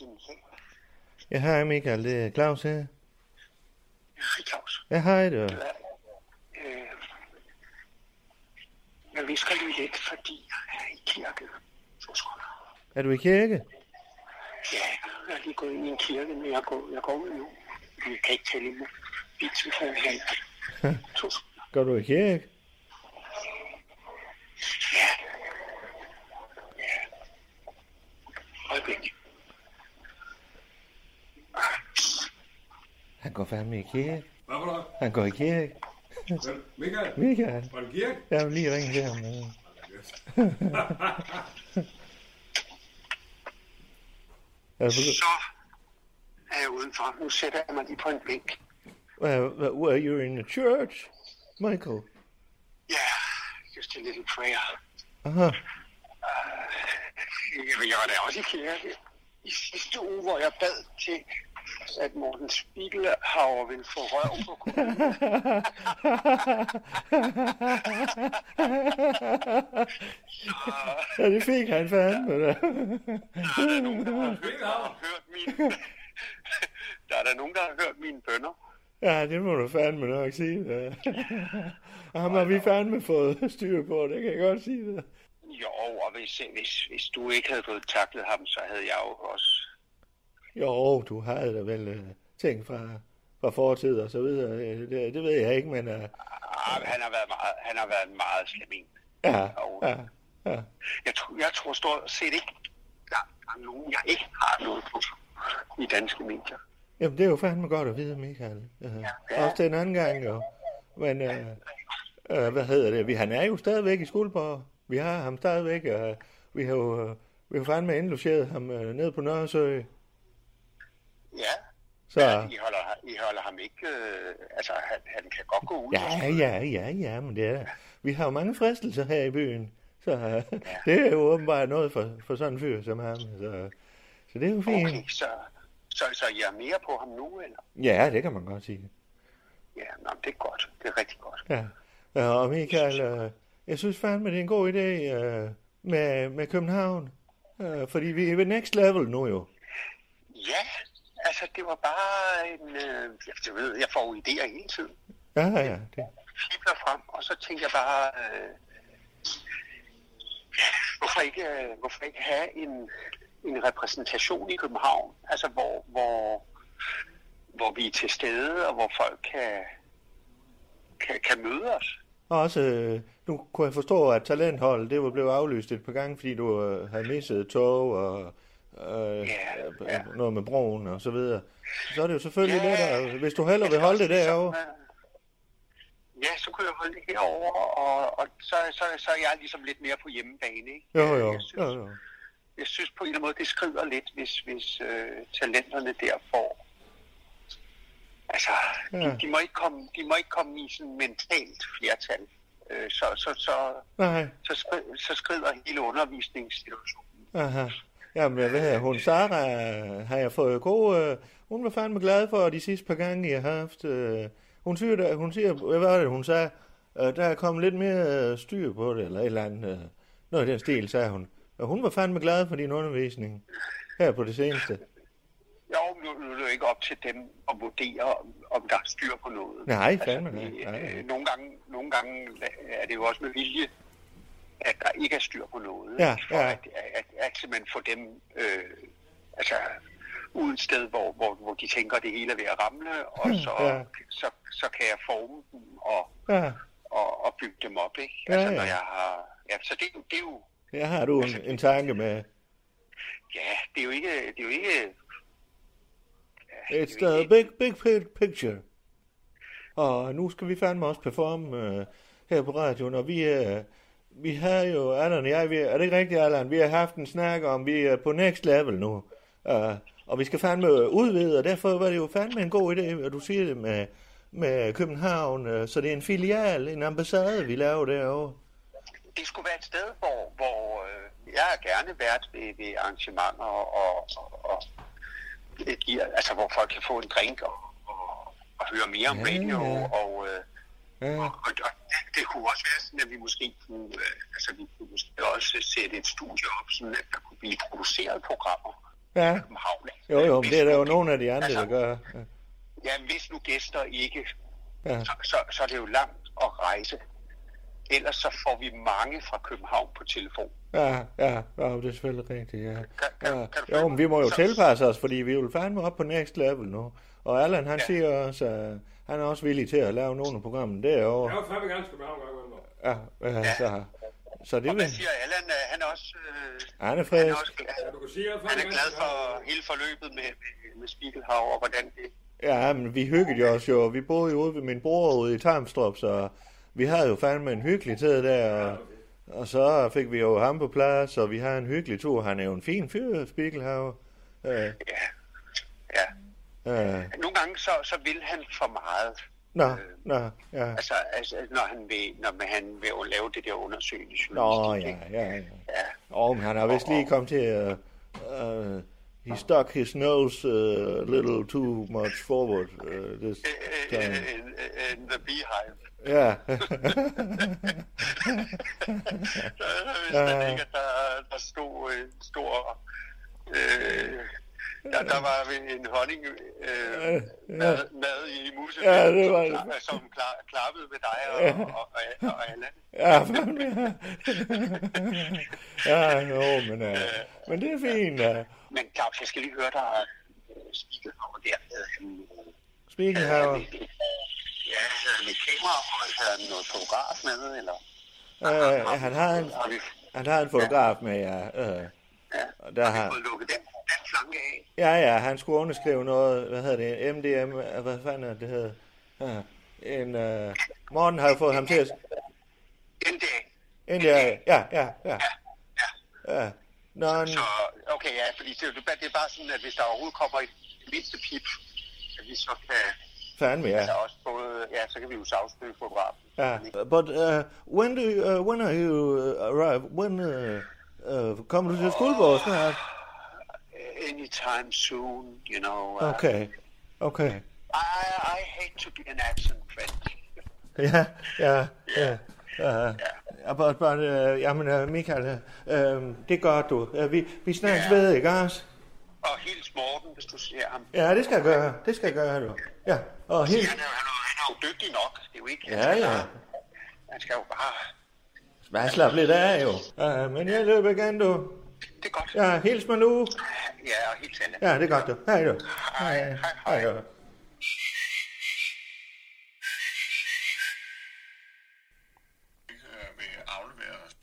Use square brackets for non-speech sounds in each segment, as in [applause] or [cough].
Jamen selv. Ja, hej Michael, det er Claus her. Hej Claus. Ja, hej du. Hvad, øh, jeg visker lige lidt, fordi jeg er i kirke. Så skulle jeg- Er du i kirke? Ja, jeg er lige gået ind i en kirke, men jeg går, jeg går ud nu. Jeg kan ikke tælle imod. Bitsen kan jeg have. To sekunder. Går du i kirke? Ja. Ja. Øjeblik. Han går fandme i kirke. Hvad for noget? Han går i kirke. Hvem? Michael? Michael, Fra en kirke? jeg vil lige ringe til ham. øh. [laughs] Er du Så er jeg udenfor. Nu sætter jeg mig lige på en bænk. begy- Well, were you in the church, Michael? Ja, just a little prayer. Aha, [laughs] Jamen, jeg var da også i kirke i sidste uge, hvor jeg bad til, at Morten Spiegelhauer ville få røv på kommunen. ja, det fik han fandme da. Der er da nogen, der har Spiegelhauer? hørt mine, [laughs] der er da nogen, der har hørt mine bønder. Ja, det må du fandme nok sige. Da. Ham har vi fandme fået styr på, det kan jeg godt sige. Da. Jo, og hvis, hvis, hvis du ikke havde fået taklet ham, så havde jeg jo også... Jo, du havde da vel øh, ting fra, fra fortid og så videre. Øh, Det, det ved jeg ikke, men uh, Ah, men han har været meget, han har været en meget slem en. ja, Og ja, ja. Jeg, tror, jeg tror stort set ikke, der er nogen, jeg ikke har noget på i danske medier. Jamen, det er jo fandme godt at vide, Michael. Uh, Ja. også til en anden gang, jo. Men uh, uh, hvad hedder det? Vi, han er jo stadigvæk i Skuldborg. Vi har ham stadigvæk. Uh, vi har jo uh, vi har fandme indlogeret ham uh, ned på Nørresø. Ja, Så I holder, I holder ham ikke... Øh, altså, han, han kan godt gå ud. ja, ja, ja, ja, men det er Vi har jo mange fristelser her i byen. Så uh, det er jo åbenbart noget for, for sådan en fyr som ham. Så, så det er jo fint. Okay, så, så, så I er mere på ham nu, eller? Ja, det kan man godt sige. Ja, nå, men det er godt. Det er rigtig godt. Ja. Ja, Og Michael, øh, jeg synes fandme, det er en god idé øh, med, med København. Øh, Fordi vi er ved next level nu jo. Ja, altså, det var bare en... Øh, jeg, jeg ved, jeg får jo idéer hele tiden. Ja, ja. Det. Flipper frem, og så tænker jeg bare... Øh, ja, hvorfor, ikke, øh, hvorfor ikke have en, en repræsentation i København? Altså, hvor, hvor, hvor vi er til stede, og hvor folk kan, kan, kan møde os. Og også, øh, nu kunne jeg forstå, at talentholdet det var blevet aflyst et par gange, fordi du øh, havde misset tog og øh, Ja, øh, ja. noget med broen og så videre. Så er det jo selvfølgelig Ja. lettere, hvis du hellere vil holde det derovre. Altså, øh, Ja, så kunne jeg holde det herover, og, og så, så, så er jeg ligesom lidt mere på hjemmebane. Ikke? Jo, jo, Jeg synes, jo, jo. jeg synes på en eller anden måde, det skrider lidt, hvis, hvis øh, talenterne der får... Altså, ja. Ja. de, de, må ikke komme, de må ikke komme i sådan mentalt flertal. Øh, så, så, så, Nej, så, skri, så skrider hele undervisningssituationen. Aha. Jamen, hvad hedder hun? Sara øh, har jeg fået god... Øh, hun var fandme glad for de sidste par gange, jeg har haft. Øh, hun, siger, der, hun siger, hvad var det, hun sagde? Øh, der er kommet lidt mere øh, styr på det, eller et eller andet. Øh, noget i den stil, sagde hun. Og hun var fandme glad for din undervisning her på det seneste. Jo, nu, nu er det jo ikke op til dem at vurdere, om, om der er styr på noget. Nej, fandme nej. Øh, nej. øh, nogle, gange, nogle gange er det jo også med vilje, at der ikke er styr på noget. Ja, ikke? for ja. At, at, at simpelthen få dem øh, altså, ud et sted, hvor, hvor, hvor de tænker, at det hele er ved at ramle, og så, Hmm, Ja. så, så kan jeg forme dem og, Ja, og, og bygge dem op. Ikke? Ja, altså, ja. Når jeg har, ja, så det, er jo- det er jo jeg har du en, en tanke med Ja, det er jo ikke... Det er jo ikke ja, It's det er jo the ikke- big, big pi- picture. Og nu skal vi fandme også performe øh, her på radioen, og vi, øh, vi har jo, Allan og jeg, vi, er det ikke rigtigt, Allan? Vi har haft en snak om, vi er på next level nu. Uh, og vi skal fandme øh, udvide, og derfor var det jo fandme en god idé, at du siger det med, med København. øh, Så det er en filial, en ambassade, vi laver derovre. det skulle være et sted, hvor, hvor øh, jeg er gerne vært ved, ved arrangementer og, og, og, og det giver, altså, hvor folk kan få en drink og, og, og høre mere om Ja, radio. ja. Og, øh, Ja, og, og, og det- det kunne også være sådan, at vi måske kunne, øh, altså, vi kunne måske også sætte et studie op, sådan at der kunne blive produceret programmer ja. i København. Jo, jo, men det er der jo Hvis nu- nogle af de andre, der altså, gør. Ja, hvis nu gæster ikke, Ja. så, så, så er det jo langt at rejse. Ellers så får vi mange fra København på telefon. Ja, ja, ja, det er selvfølgelig rigtigt, ja. kan- ja. kan du Jo, følge men vi må jo mig? Så- tilpasse os, fordi vi vil fandme op på next level nu. Og Allan, han ja. Ja. siger også, at han er også villig til at lave nogle af programmene derovre. Jeg var fandme ganske meget gang under. Ja, ja, så, så det vil... Og hvad siger Allan? Øh, Han er også... Øh, Han er han, er frisk. også glad, Ja, du kan sige, jeg han er fandme glad ganske for meget- hele forløbet med, med, med Spiegelhav og hvordan det... Ja, men vi hyggede jo også jo. Vi boede jo ude ved min bror ude i Tarmstrup, så vi havde jo fandme en hyggelig tid der. Og, og så fik vi jo ham på plads, og vi har en hyggelig tur. Han er jo en fin fyr, Spiegelhav. Øh, Ja, ja. øh, Nogle gange så, så vil han for meget. nå, nå, ja. Altså, altså når, han vil, når han vil lave det der undersøgende Nå, journalistik. ja, ikke? ja, ja. ja. Oh, men han har vist lige kommet til at... Uh, he stuck his nose uh, a little too much forward uh, this Øh, øh, time. øh, øh, øh, The Beehive. Ja. [laughs] Så hvis Ja. der ligger, der, der stod øh, en stor... Øh, der, der var en honning øh, Ja. mad, mad i musen, Ja, det var som, det. kla- som kla, klappede med dig og, og, og, og Allan. Ja, fandme. [laughs] ja, jo, men, uh, men det er fint. Uh. Men Claus, jeg skal lige høre dig øh, speaker over der. Havde han, øh, Spiegelhaver. ja, havde han et kamera, og havde han noget fotograf med, eller? Uh, han, har en, Har vi, han har en fotograf med, ja. Uh, ja, og der har vi har, fået lukket den, den flanke af? ja, ja, han skulle underskrive noget, hvad hedder det, MDM, øh, hvad fanden er det, det hedder? Uh, en, uh, Morten har jo fået ham til at, Den dag. India, ja, ja, ja. Ja. Non, Så, okay, ja, fordi det, det er bare sådan, at hvis der overhovedet kommer et mindste pip, at vi så kan fandme, ja. ja. også både, ja, så kan vi jo sagsøge fotografen. ja. But uh, when do you, uh, when are you uh, arrive? When uh, uh, kommer du til Skuldborg snart? Anytime soon, you know. Uh, Okay, okay. I, I hate to be an absent friend. Ja, ja, ja. Uh, but, but, uh, jamen, uh, Michael, uh, um, det gør du. Uh, vi, vi snakkes Ja. ved, ikke også? Og hils Morten, hvis du ser ham. Ja, det skal jeg gøre. Det skal jeg gøre, du. Ja, og helt... Han er, jo- han, er, jo- han er jo dygtig nok, det er jo ikke... Ja, ja. Han skal jo bare... Hvad slap lidt af, jo. Uh, men jeg løber igen, du. Det er godt. Ja, hils mig nu. Ja, og helt alle. Ja, det er godt, du. Hej, du. Hej, hej, hej. Hej, du. øh, vil aflevere. Altså,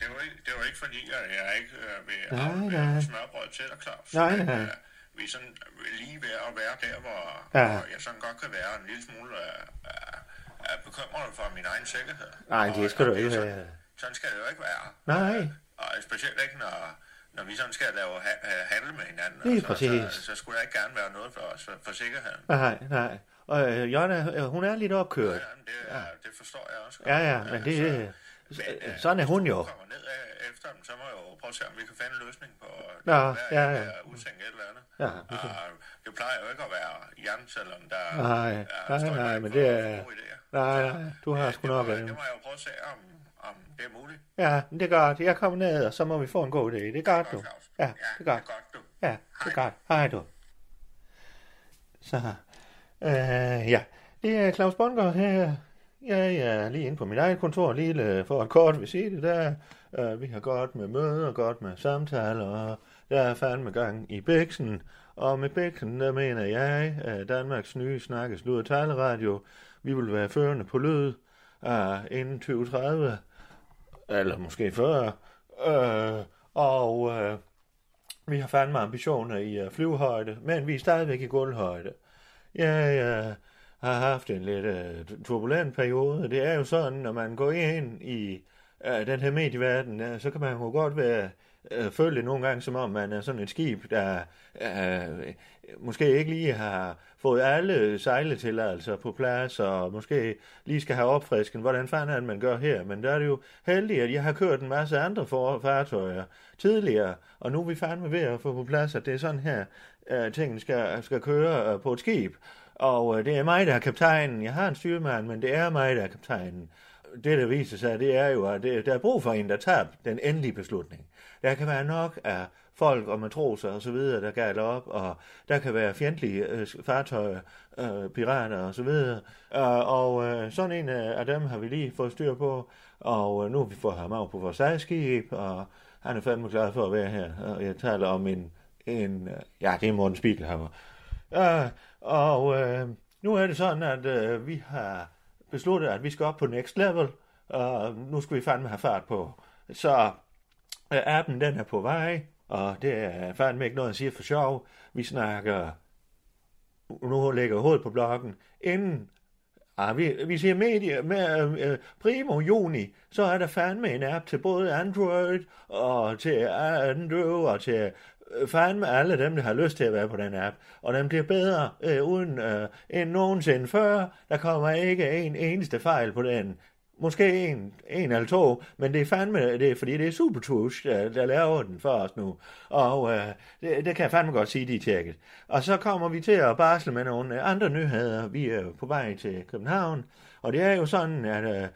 Det var, ikke, det var ikke fordi, at jeg ikke øh, vil Nej, aflevere nej. smørbrød til dig, Claus. Nej, Men, nej. øh, vi er sådan vi er lige ved at være der, hvor, Ja. hvor jeg sådan godt kan være en lille smule øh, øh, øh, bekymret for min egen sikkerhed. Nej, det Og- skal du og er ikke sådan- være. Sådan skal det jo ikke være. Nej. Og specielt ikke, når, når vi sådan skal lave ha- øh, handel med hinanden. Lige og præcis. så, så, så, skulle jeg ikke gerne være noget for, for, for sikkerheden. Nej, nej. Og øh, Jonna, øh, hun er lidt opkørt. Jamen, det, ja. det forstår jeg også. Ja, ja, men det... så- øh, Sådan er hun jo. kommer ned af efter dem, så må jeg jo prøve at se, om vi kan finde en løsning på øh, Nå, ja, ja. udtænke et eller andet. Ja, okay. uh, det plejer jo ikke at være jerncelleren, der Nej, der nej, står i nej, vejen men for- det for er- gode idéer. Nej, Så, nej, du har øh, sgu det nok må af jeg- dem. Det må jeg jo prøve at se, om, om det er muligt. Ja, men det er godt. Jeg kommer ned, og så må vi få en god idé. Det er godt, du. Claus. Ja, det er godt. du. Ja, det er godt. Hej, du. Så, øh, ja. Det er Claus Bondgaard her. Ja, ja, lige inde på mit eget kontor, lige øh, for et kort visite der. Øh, vi har godt med møder, godt med samtaler, og der er fandme gang i Bæksen. Og med Bæksen, der mener jeg, øh, Danmarks nye snakkes lyd- og taleradio. Vi vil være førende på lyd øh, inden 2030, eller måske før. Øh, og øh, vi har fandme ambitioner i uh, flyvehøjde, men vi er stadigvæk i gulvhøjde. Jeg uh, øh, har haft en lidt uh, turbulent periode. Det er jo sådan, når man går ind i øh, den her medieverden, øh, så kan man jo godt være øh, føle det nogle gange, som om man er sådan et skib, der øh, måske ikke lige har fået alle sejletilladelser på plads, og måske lige skal have opfrisken, hvordan fanden er det, man gør her. Men der er det jo heldigt, at jeg har kørt en masse andre for fartøjer tidligere, og nu er vi fandme ved at få på plads, at det er sådan her, øh, tingene skal, skal køre øh, på et skib. Og øh, det er mig, der er kaptajnen. Jeg har en styrmand, men det er mig, der er kaptajnen. Det, der viser sig, det er jo, at det, der er brug for en, der tager den endelige beslutning. Der kan være nok af folk og matroser og så videre, der gælder op, og der kan være fjendtlige øh, fartøjer, øh, pirater og så videre. Øh, og øh, sådan en af af dem har vi lige fået styr på, og øh, nu har vi fået ham af på vores eget skib, og han er fandme glad for at være her. Og jeg taler om en, en øh, ja, det er Morten Spiegelhammer. Øh, og øh, nu er det sådan, at øh, vi har besluttet, at vi skal op på next level, og nu skal vi fandme have fart på. Så øh, appen, den er på vej, og det er fandme ikke noget, jeg siger for sjov. Vi snakker, nu lægger jeg hovedet på blokken, inden Ah, vi, vi siger medie, med, øh, øh, primo juni, så er der fandme en app til både Android og til Android og til øh, fandme alle dem, der har lyst til at være på den app. Og den bliver bedre øh, uden øh, end nogensinde før. Der kommer ikke en eneste fejl på den. Måske en, en eller to, men det er fandme, det er, fordi det er Supertush, der, der laver den for os nu. Og øh, det, det kan jeg fandme godt sige, de er tjekket. Og så kommer vi til at barsle med nogle øh, andre nyheder. Vi er jo på vej til København, og det er jo sådan, at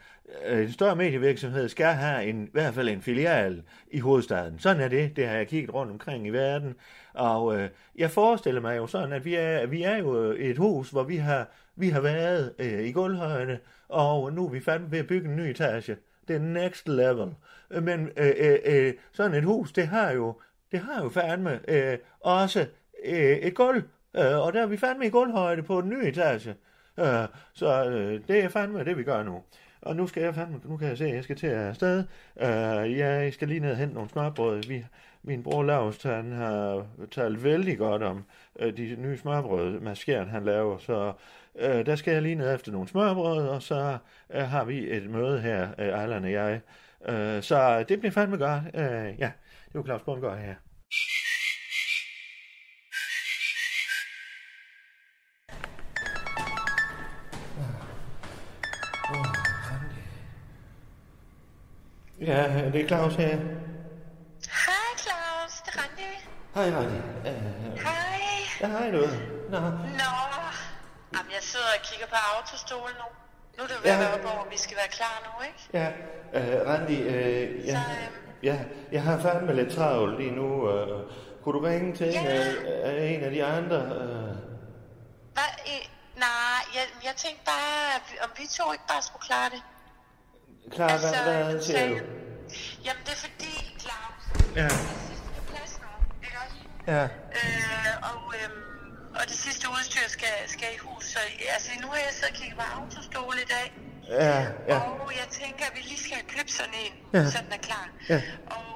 øh, en større medievirksomhed skal have en, i hvert fald en filial i hovedstaden. Sådan er det, det har jeg kigget rundt omkring i verden. Og øh, jeg forestiller mig jo sådan, at vi er, vi er jo øh, et hus, hvor vi har, vi har været øh, i gulvhøjde, og nu er vi fandme ved at bygge en ny etage. Det er next level. Øh, Men øh, øh, øh, sådan et hus, det har jo, det har jo fandme øh, også øh, et gulv, øh, og der er vi fandme i gulvhøjde på den nye etage. Øh, så øh, det er fandme det, vi gør nu. Og nu skal jeg fandme, nu kan jeg se, at jeg skal til at afsted. Øh, jeg skal lige ned og hente nogle smørbrød. Vi, min bror Lars, han har talt vældig godt om øh, de nye smørbrød, maskeren han laver, så øh, der skal jeg lige ned efter nogle smørbrød, og så øh, har vi et møde her, øh, Ejland og jeg. Øh, så det bliver fandme godt. Øh, ja, det var Claus Bundgaard her. Ja, det er Claus her. Hej Claus, det er Randi. Hej, Randi. Øh, Hej. ja, hej du. Nå. Nå, Jamen, jeg sidder og kigger på autostolen nu. Nu er det jo ved Ja. at være op over, vi skal være klar nu, ikke? Ja, øh, Randi, øh, ja, Så, ja, jeg har fandme lidt travlt lige nu. Øh, kunne du ringe til en, Ja. af- af en af de andre? Øh, Hvad, øh, nej, jeg, jeg tænkte bare, at vi- om vi to ikke bare skulle klare det. Clara, altså, hvad, hvad siger du? sagde- Jamen, det er fordi, Claus, Ja, det sidste på plads nu, ikke også? ja, Øh, og, øhm, og det sidste udstyr skal, skal i hus, så altså, nu har jeg siddet og kigget på autostol i dag. ja, ja. Og jeg tænker, at vi lige skal have købt sådan en, Ja. ja. så den er klar. Ja. Og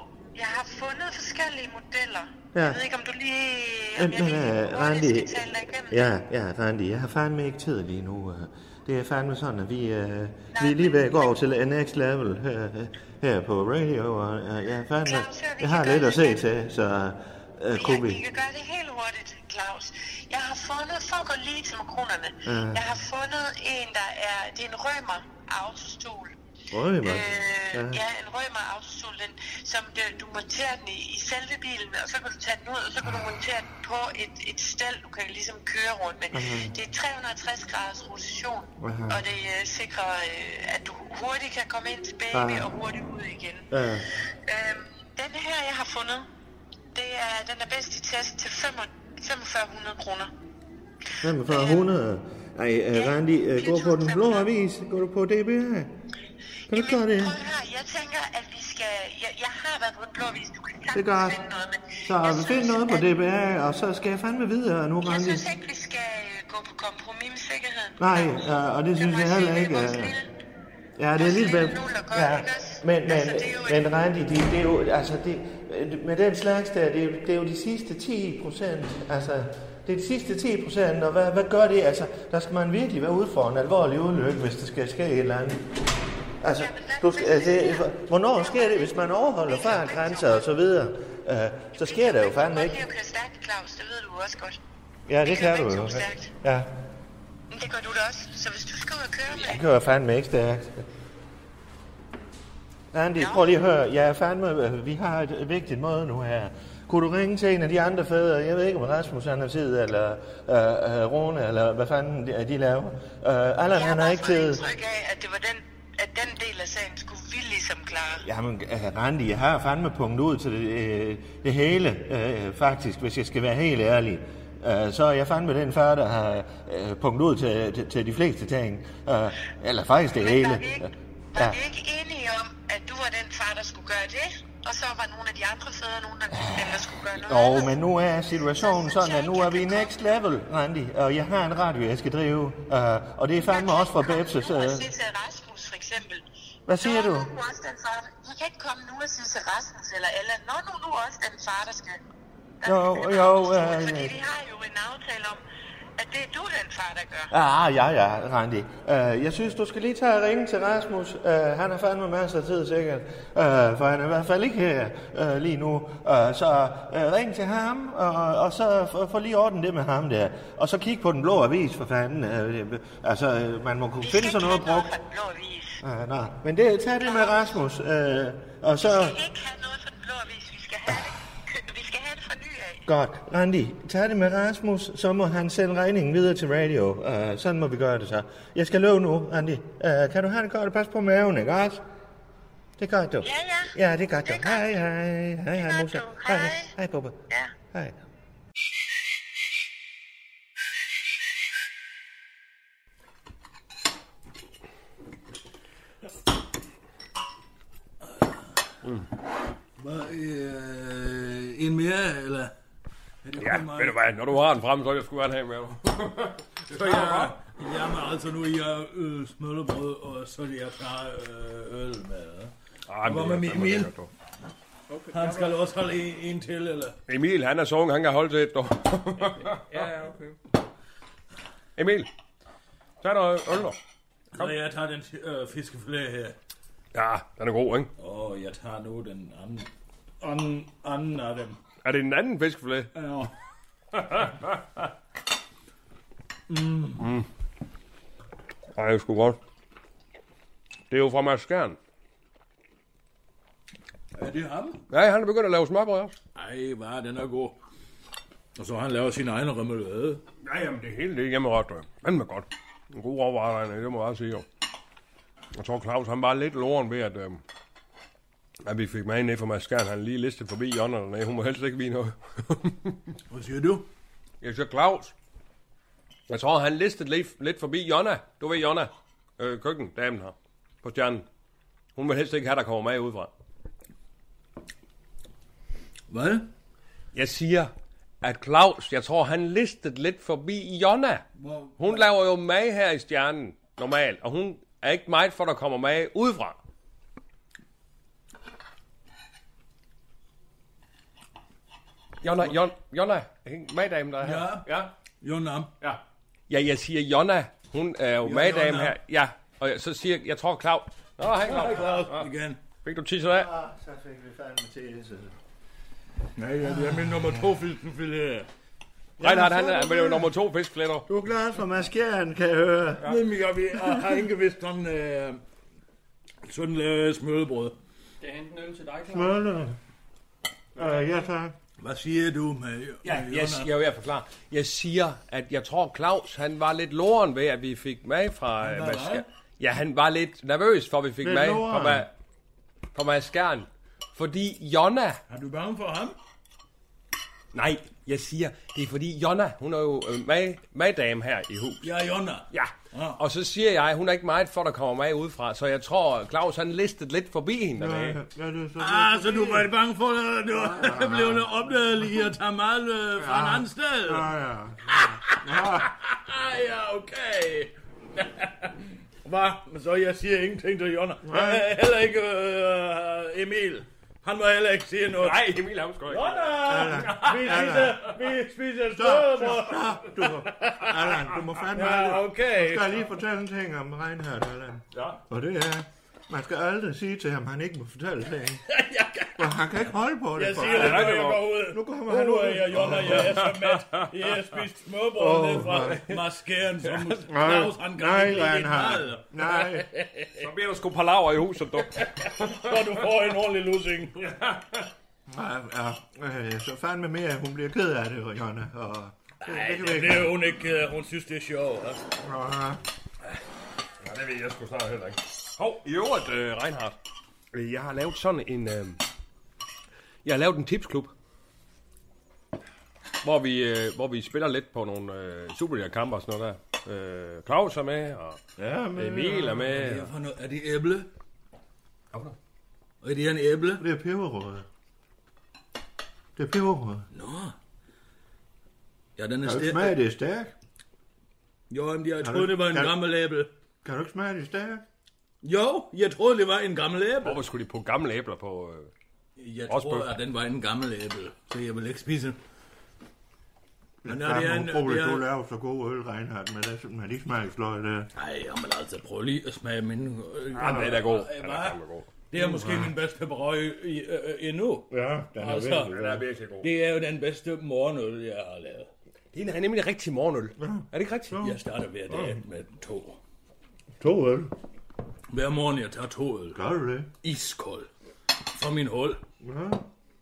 jeg har fundet forskellige modeller. Ja. Ja. Jeg ved ikke, om du lige... Om Men, jeg men lige øh, hurtigt Randi, skal tale dig igennem. ja, ja, Randi, jeg har fandme ikke tid lige nu. øh. Det er fandme sådan, at vi, øh, vi er men- lige ved at gå over til øh, next level her, her på radio, og øh, jeg, er fandme, Claus, hør, vi jeg har kan lidt gøre at se det. til, så øh, Jeg, kunne vi... vi kan gøre det helt hurtigt, Claus. Jeg har fundet, for at gå lige til makronerne, Ja. jeg har fundet en, der er, det er en rømer autostol. Rømer? Øh, Ja. ja. en rømer autostol, den, som du, du monterer den i, i selve bilen, og så kan du tage den ud, og så kan Ah. du montere den på et, et stel, du kan ligesom køre rundt med. Mhm. Det er 360 graders rotation, Aha. og det øh, sikrer, øh, at du hurtigt kan komme ind til baby Ah. og hurtigt ud igen. Ja. Øhm, den her, jeg har fundet, det er, den er bedst i test til 4500 kroner. Hvad med fra 100? Ej, øh, Randi, øh, gå på den blå avis. Går du på DBA? Kan du klare det? Prøv her, jeg tænker, at vi skal... Jeg, jeg har været på den blå vis, du kan sagtens Det gør finde noget, men... jeg Så find synes, noget på at- DBA, og så skal jeg fandme videre nu, Jeg Randi. synes ikke, vi skal øh, gå på kompromis med sikkerheden. Nej, øh, og det synes jeg heller ikke, Ja, øh, det er vores lille- Ja, det er lidt vel. Ja, men, men, men Randi, det, det er jo, altså, det, med den slags der, det er, jo- det er jo de sidste 10 procent, altså, det er de sidste 10 procent, og hvad, hvad gør det? Altså, der skal man virkelig være ude for en alvorlig ulykke, hvis der skal ske et eller andet. Altså, du skal, altså, det- hvornår sker det, hvis man overholder fartgrænser og så videre? Øh, så sker det jo fandme Jeg ikke. kan køre stærkt, Claus, det ved du også godt. Ja, det kan kan du man jo. jo stærkt. Ja, Men det gør du da også, så hvis du skal ud og køre med... det kører fandme ikke stærkt. Andy, prøv lige at høre. Jeg er fandme, øh, vi har et vigtigt møde nu her. Kunne du ringe til en af de andre fædre? Jeg ved ikke, om Rasmus han er tid, eller øh, øh, Rune, eller hvad fanden de, de laver. Øh, Allan, Jeg har han har bare ikke fået tid. indtryk af, at det var den, at den del af sagen skulle vi ligesom klare. Jamen, øh, Randi, jeg har fandme punkt ud til det, øh, det hele, øh, faktisk, hvis jeg skal være helt ærlig. Øh, så er jeg fandme den far, der har øh, punkt ud til, til, til de fleste ting. Øh, eller faktisk det Men hele. var vi, ikke, var Ja. vi ikke enige om, at du var den far, der skulle gøre det, og så var nogle af de andre fædre nogen, der, dem, der skulle gøre noget Jo, andet? men nu er situationen sådan, at nu er vi next level, Randi. Og jeg har en radio, jeg skal drive. Øh, og det er fandme også fra Bebses. Jeg Øh. kan ikke komme nu og sige til Rasmus, for eksempel. Hvad siger Nå, du? nu er også den far, I kan ikke komme nu og sige til Rasmus eller Allan, nå, nu, nu er også den far, der skal... Der Jo, skal jo, øh, øh, fordi øh. vi har jo en aftale om, at det er du den far, der gør. Ah, ja, ja, Randi. Uh, jeg synes, du skal lige tage og ringe til Rasmus. Uh, han har fandme masser af tid, sikkert. Uh, for han er i hvert fald ikke her uh, lige nu. Uh, så uh, ring til ham, og, og så f- få lige orden det med ham der. Og så kig på den blå avis, for fanden. Uh, det, altså, uh, man må kunne Vi finde skal sådan noget ikke have brugt. fra den blå avis. Uh, nej, men det, tag det med Rasmus. Uh, og så... Vi skal ikke have noget fra den blå avis. Vi skal have det, vi skal have det fra ny af. Godt. Randi, tag det med Rasmus, så må han sende regningen videre til radio. Uh, sådan må vi gøre det så. Jeg skal løbe nu, Randi. Uh, kan du have det godt og passe på maven, ikke også? Det er godt, du. Ja, ja. Ja, det er godt, du. Det er godt. Hej, hej. Hej, er hej, godt, Musa. du. Hej, Hej. hej, Bubba. Ja. Hej. Hvad, øh, en mere, eller? Er det Ja, ved du hvad, når du har den frem, så vil jeg sgu gerne have en med dig. det er Ja, ja. jamen altså nu er jeg øh, smøllebrød, og så er det jeg tager øh, øl med. Ah, Hvor det med er fandme Emil? lækkert, dog. Han skal også holde en, en til, eller? Emil, han er så ung, han kan holde til et dog. Ja, ja, okay. [laughs] Emil, tag noget øl dog. Så jeg tager den øh, fiskefilet her. Ja, den er god, ikke? Og jeg tager nu den anden, anden, anden af dem. Er det en anden fiskefilet? Ja. Nej, det er sgu godt. Det er jo fra Mads Skjern. Er det ham? Ja, han er begyndt at lave smørbrød også. Ej, hvad, den er god. Og så han laver sin egen remoulade. Ja, jamen det hele det er hjemme ret. Men med godt. En god overvejelse, det må jeg bare sige. jo. Jeg tror Claus, han var lidt loren ved, at, øh, at vi fik med ind fra Mads Skjern. Han er lige listet forbi hjørnerne. Nej, hun må helst ikke vide noget. [laughs] Hvad siger du? jeg siger, Claus, jeg tror, han listede lidt, lidt forbi Jonna. Du ved Jonna, øh, køkken, damen her på stjernen. Hun vil helst ikke have, der kommer med udefra. Hvad? Jeg siger, at Claus, jeg tror, han listede lidt forbi Jonna. Hvor- Hun laver jo mad her i stjernen, normalt, og hun er ikke meget for, der kommer mad udefra. Jonna, Jonna, Jonna, hende maddamen, der er her. Ja. Ja, Jo, nam. ja. Ja, jeg siger Jonna, hun er jo maddamen Jonna. her. Ja, og jeg- så siger jeg, jeg tror Claus. Nå, hej Claus. Claus. Igen. Fik du tisset af? Ah, så fik vi fandme til det. Nej, ja, det er min nummer to fiskefilet her. Reinhardt, han er, han er jo nummer to fiskfletter. Du er glad for maskeren, kan jeg høre. Ja. Men jeg, ved, jeg har ikke vidst sådan, øh, sådan øh, smøllebrød. Skal jeg hente en øl til dig, Klaus? Mølle. Øh, ja, tak. Hvad siger du med, Ja, med jeg, jeg er ved at forklare. Jeg siger, at jeg tror, Claus, han var lidt loren ved, at vi fik med fra... øh, var Mads Skjern. hvad? Ja, han var lidt nervøs for, at vi fik Lidt med loren? fra, Ma- fra Mads Skjern. Fordi Jonna... Er du bange for ham? Nej, jeg siger, det er fordi Jonna, hun er jo øh, med, maddame her i hus. Ja, Jonna. Ja, Ja. og så siger jeg, at hun er ikke meget for, der kommer med udefra, så jeg tror, Claus han listet lidt forbi hende. Ja, dernede. ja, det er så Ah, så du var bange for, at du [laughs] var blevet opdaget i at tage meget øh, fra en anden sted? Ja, ja. Ah, ja, okay. [laughs] Hvad? Men så jeg siger ingenting til Jonna. Jeg er Heller ikke øh, Emil. Han må heller ikke sige noget. Nej, Emil Hamsgaard. ikke. Jonna! Vi spiser, vi spiser Stop, smørrebrød. stop, du. Allan, du må fandme Ja, aldrig- Ah, okay. Jeg skal lige fortælle en ting om Reinhardt, Allan. Ja. Og det er, Man skal aldrig sige til ham, han ikke må fortælle ting. [laughs] jeg, kan- For han kan ikke holde på det. jeg for- siger det, han når er jeg nok. går ud. Nu kommer han ud. ud. jeg, Jonna, jeg er så mæt. Jeg har spist smørbrød oh, ned fra maskeren, som Nej, Claus, han nej, kan ikke lide han din har- mad. Nej, Så bliver der sgu palaver i huset, du. Så du får en ordentlig lussing. nej, ja, øh, så fandme mere, hun bliver ked af det, Jonna. Og, kan Nej, vi det ikke. bliver hun ikke ked af. Hun synes, det er sjovt. hva'? og, Ja, det ved jeg sgu snart heller ikke. Hov, i øvrigt, øh, Reinhardt. øh, Jeg har lavet sådan en... Øh, jeg har lavet en tipsklub. Hvor vi, øh, hvor vi spiller lidt på nogle øh, Superliga-kampe og sådan noget der. Øh, Claus er med, og ja, men, Emil er med. Hvad Og... for noget? Er det æble? Er det en æble? Det er peberråd. Det er peberråd. Nå. Ja, den er Kan du ikke stærk. smage, det er stærk? Jo, jamen, jeg du- troede, det var en kan du- gammel æble. Kan du ikke smage, det er stærk? Jo, jeg troede, det var en gammel æble. Hvorfor skulle de på gamle æbler på... Øh, Jeg Også troede, bøf. at den var en gammel æble, så jeg vil ikke spise den. Men er det det er en... en... Utroligt, det er- du laver så god øl, Reinhardt, men det er simpelthen ikke smager sløg, det. Ej, jamen altså, prøv lige at smage min... Øh, ah, den er da god. Den er Hvad? fandme god. Det er måske min bedste pepperøg i- øh, øh, endnu. Ja, den er Altså, virkelig. Den er virkelig god. Det er jo den bedste morgenøl, jeg har lavet. Det er nemlig rigtig morgenøl. Er det ikke rigtigt? Jeg starter hver dag Mm. med to. To øl. Hver morgen, jeg tager to øl. Gør du det? Iskold. Fra min hul. Ja.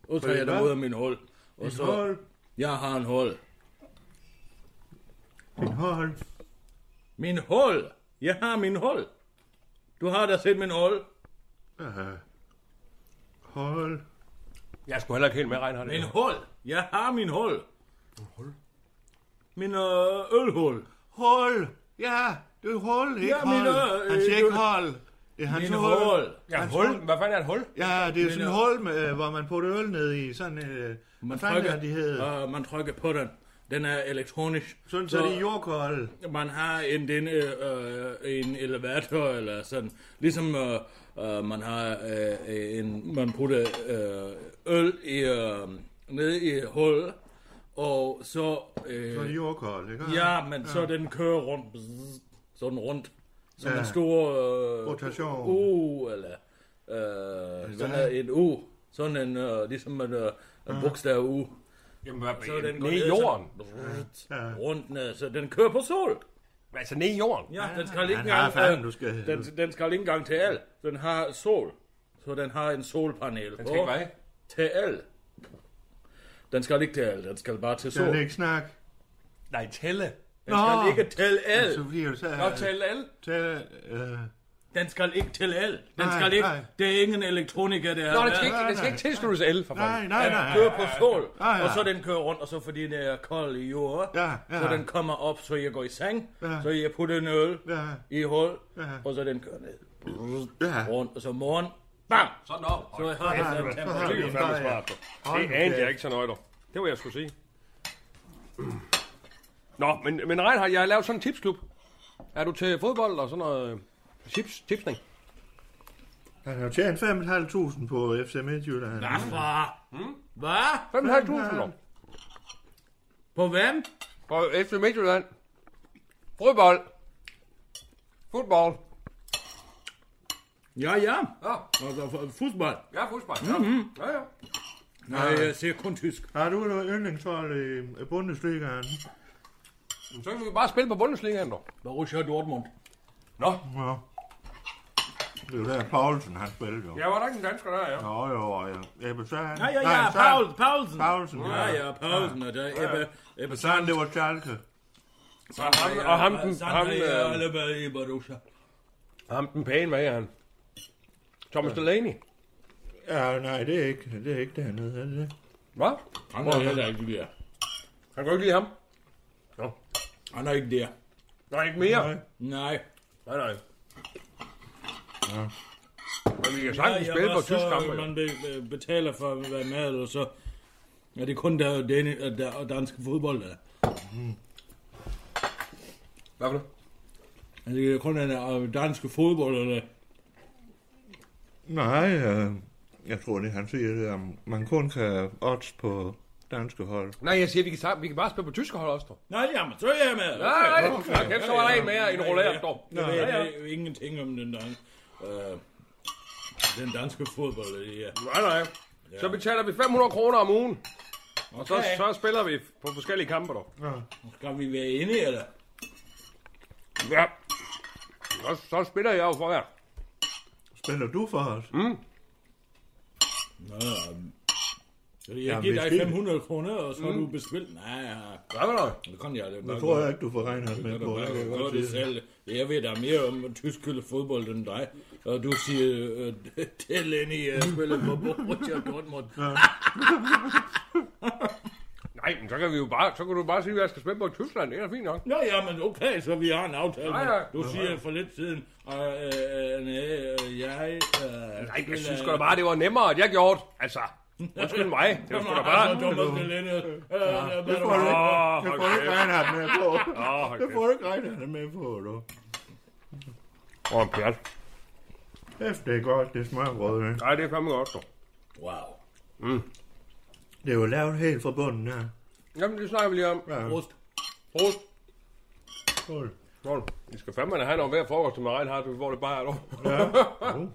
Og så tager jeg Hvad? det ud af min hul. Og Din så, hold. jeg har en hul. Din hold. Min hul! Jeg har min hul. Du har da set min hul. Øh. Hold. Jeg skulle heller ikke helt med, Reinhardt. Min hul. Jeg har min hul. Hul? Min øh, ølhul. Hold. Ja, det er hul, ikke Ja, men, hold. øh, han siger øh, ikke du- hold. Det er hans Min hul. hul. Ja, hul. Hvad fanden er et hul? Ja, det er sådan et øh, hul, med, øh, hvor man putter øl ned i. Sådan, øh, hvad fanden er de hed? øh, man trykker på den. Den er elektronisk. Sådan, så er de jordkold. man har en, den, øh, øh, en elevator eller sådan. Ligesom øh, øh, man har øh, en, man putter øh, øl i, øh, ned i hul, og så... Øh, Så er de jordkold, ikke? Ja, men så den kører rundt. Bzzz, Sådan rundt. Som Ja. en stor... Øh, Rotation. U, eller... Øh, sådan en U. Sådan en, øh, ligesom en, øh, en bogstav U. Jamen, hvad, Så den går ned i ned, jorden. Så, Ja. rundt ned, så den kører på sol. Altså, ned i jorden. Ja, den skal ikke Han har engang... fanden, øh, du skal... den, den skal ikke engang til al. Den har sol. Så den har en solpanel Den på. skal ikke være. Til al. Den skal ikke til al, den skal bare til sol. Skal Den vi ikke snakke? Nej, tælle. Nå, skal ikke til al. så bliver det så... Nå, tælle alle. Til, øh, Den skal ikke til el. Den Nej, skal ikke. nej. Det er ingen elektroniker, der Nå, har den skal været. ikke, den skal ikke tilsluttes el, for nej, fanden. nej, Den nej. kører på sol, Ja, ja. og så den kører rundt, og så fordi den er kold i jord, Ja, ja. så den kommer op, så jeg går i seng, Ja. så jeg putter en øl Ja, i hul, Ja. og så den kører ned. Ja. Rundt, og så morgen, bam! Sådan op. Så jeg har jeg den har temperatur. Det er Nej, fandme ja. smart. du. Hold Det nu anede jeg kæft. ikke så nøjder. Det var jeg skulle sige. Nå, men, men Reinhardt, jeg har lavet sådan en tipsklub. Er du til fodbold og sådan noget øh, tips, tipsning? Han har tjent 5.500 på FC Midtjylland. Hvad far? Hvad? 5.500 år. På hvem? På FC Midtjylland. Fodbold. Fodbold. Ja, ja. Ja, Altså, for- fodbold. ja, fodbold. Ja. Mm-hmm. ja, ja. Nej, jeg siger kun tysk. Har du noget yndlingshold i i øh, Bundesligaen? Men Så kan vi borussia spille på Bundesligaen, dog. Borussia Dortmund. Nå, Ja. Det er jo der, Poulsen han spiller jo. jeg var da ikke en dansker der, Jo, ja. jo, jo. Ebbe Sand. Ja, ja, Nej, ja, Sand. Paul, Paulsen. Paulsen, Ja, ja, Paulsen, og der er Ebbe, Ebbe Sand, det var Schalke. Og ham, og ham, den, Sand, ham, ham, øh, Alaba i Borussia. ham den pæne, hvad er han? Thomas Delaney. Ja, nej, det er ikke, det er ikke dernede, er det det? Hvad? Han er heller ikke der. Han kan ikke lide ham. Han er ikke der. Nej, ikke mere. Nej. Nej. Nej, nej. Men vi kan sagtens spille på og så, øh, tysk kamp. Man be- be- betaler for at være med, og så er det kun der, der, der og danske fodbold der. Hvad for det? Altså, det er kun den øh, danske fodbold, eller... Nej, øh, jeg tror det, han siger det, om man kun kan odds på danske hold. Nej, jeg siger, vi kan, sag- vi kan bare spille på tysk hold også, dog. Nej, jamen, så er jeg med. Nej, nej, nej. Kæft, så var der en mere, en roller, dog. Jeg ved Ja, ja. ja, ja. ingenting om den der. Øh, den danske fodbold. Ja. Nej, nej. Så betaler vi 500 kroner om ugen. Og så, så spiller vi på forskellige kampe, dog. Skal vi være enige, eller? Ja. Så, så spiller jeg jo for jer. Spiller du for os? Mm. Nå, øhm, så jeg Jamen, giver dig hvis det- 500 kroner, og så er du bespillet. Nej, ja, Ja, nej. det kan jeg da Jeg bare tror gøre. jeg ikke, du får regnet os Det med kan på. du det kan jeg bare godt gøre det sige. selv. Jeg ved da mere om tysk fodbold end dig. Og du siger, øh, [laughs] det er Lenny, jeg spiller for Borussia Dortmund. Nej, men så kan, vi jo bare, så kan du bare sige, at jeg skal spille på Tyskland. Det er da fint nok. Nå ja, men okay, så vi har en aftale. Ja, ja. Du siger for lidt siden, og øh, øh, nej, øh, jeg... Øh, Nej, jeg synes sgu da bare, det var nemmere, at jeg gjorde. det. Altså, undskyld mig. Det var sgu da bare... Altså, dummeste Lenny. Øh, Det får du ikke, Åh, det får du ikke regnet os med på. hold kæft. Åh, hold Det kæft. får du ikke regnet os med på, du. Åh, en pjat. Kæft, det er godt, det smørbrød, ikke? Nej, det er fandme godt, dog. Wow. Det er jo lavet helt fra bunden her. Jamen, det snakker vi lige om. Ja. Prost. Prost. Skål. Skål. I skal fandme da have noget hver frokost, som er rent har, så vi får det bare et år. Uh,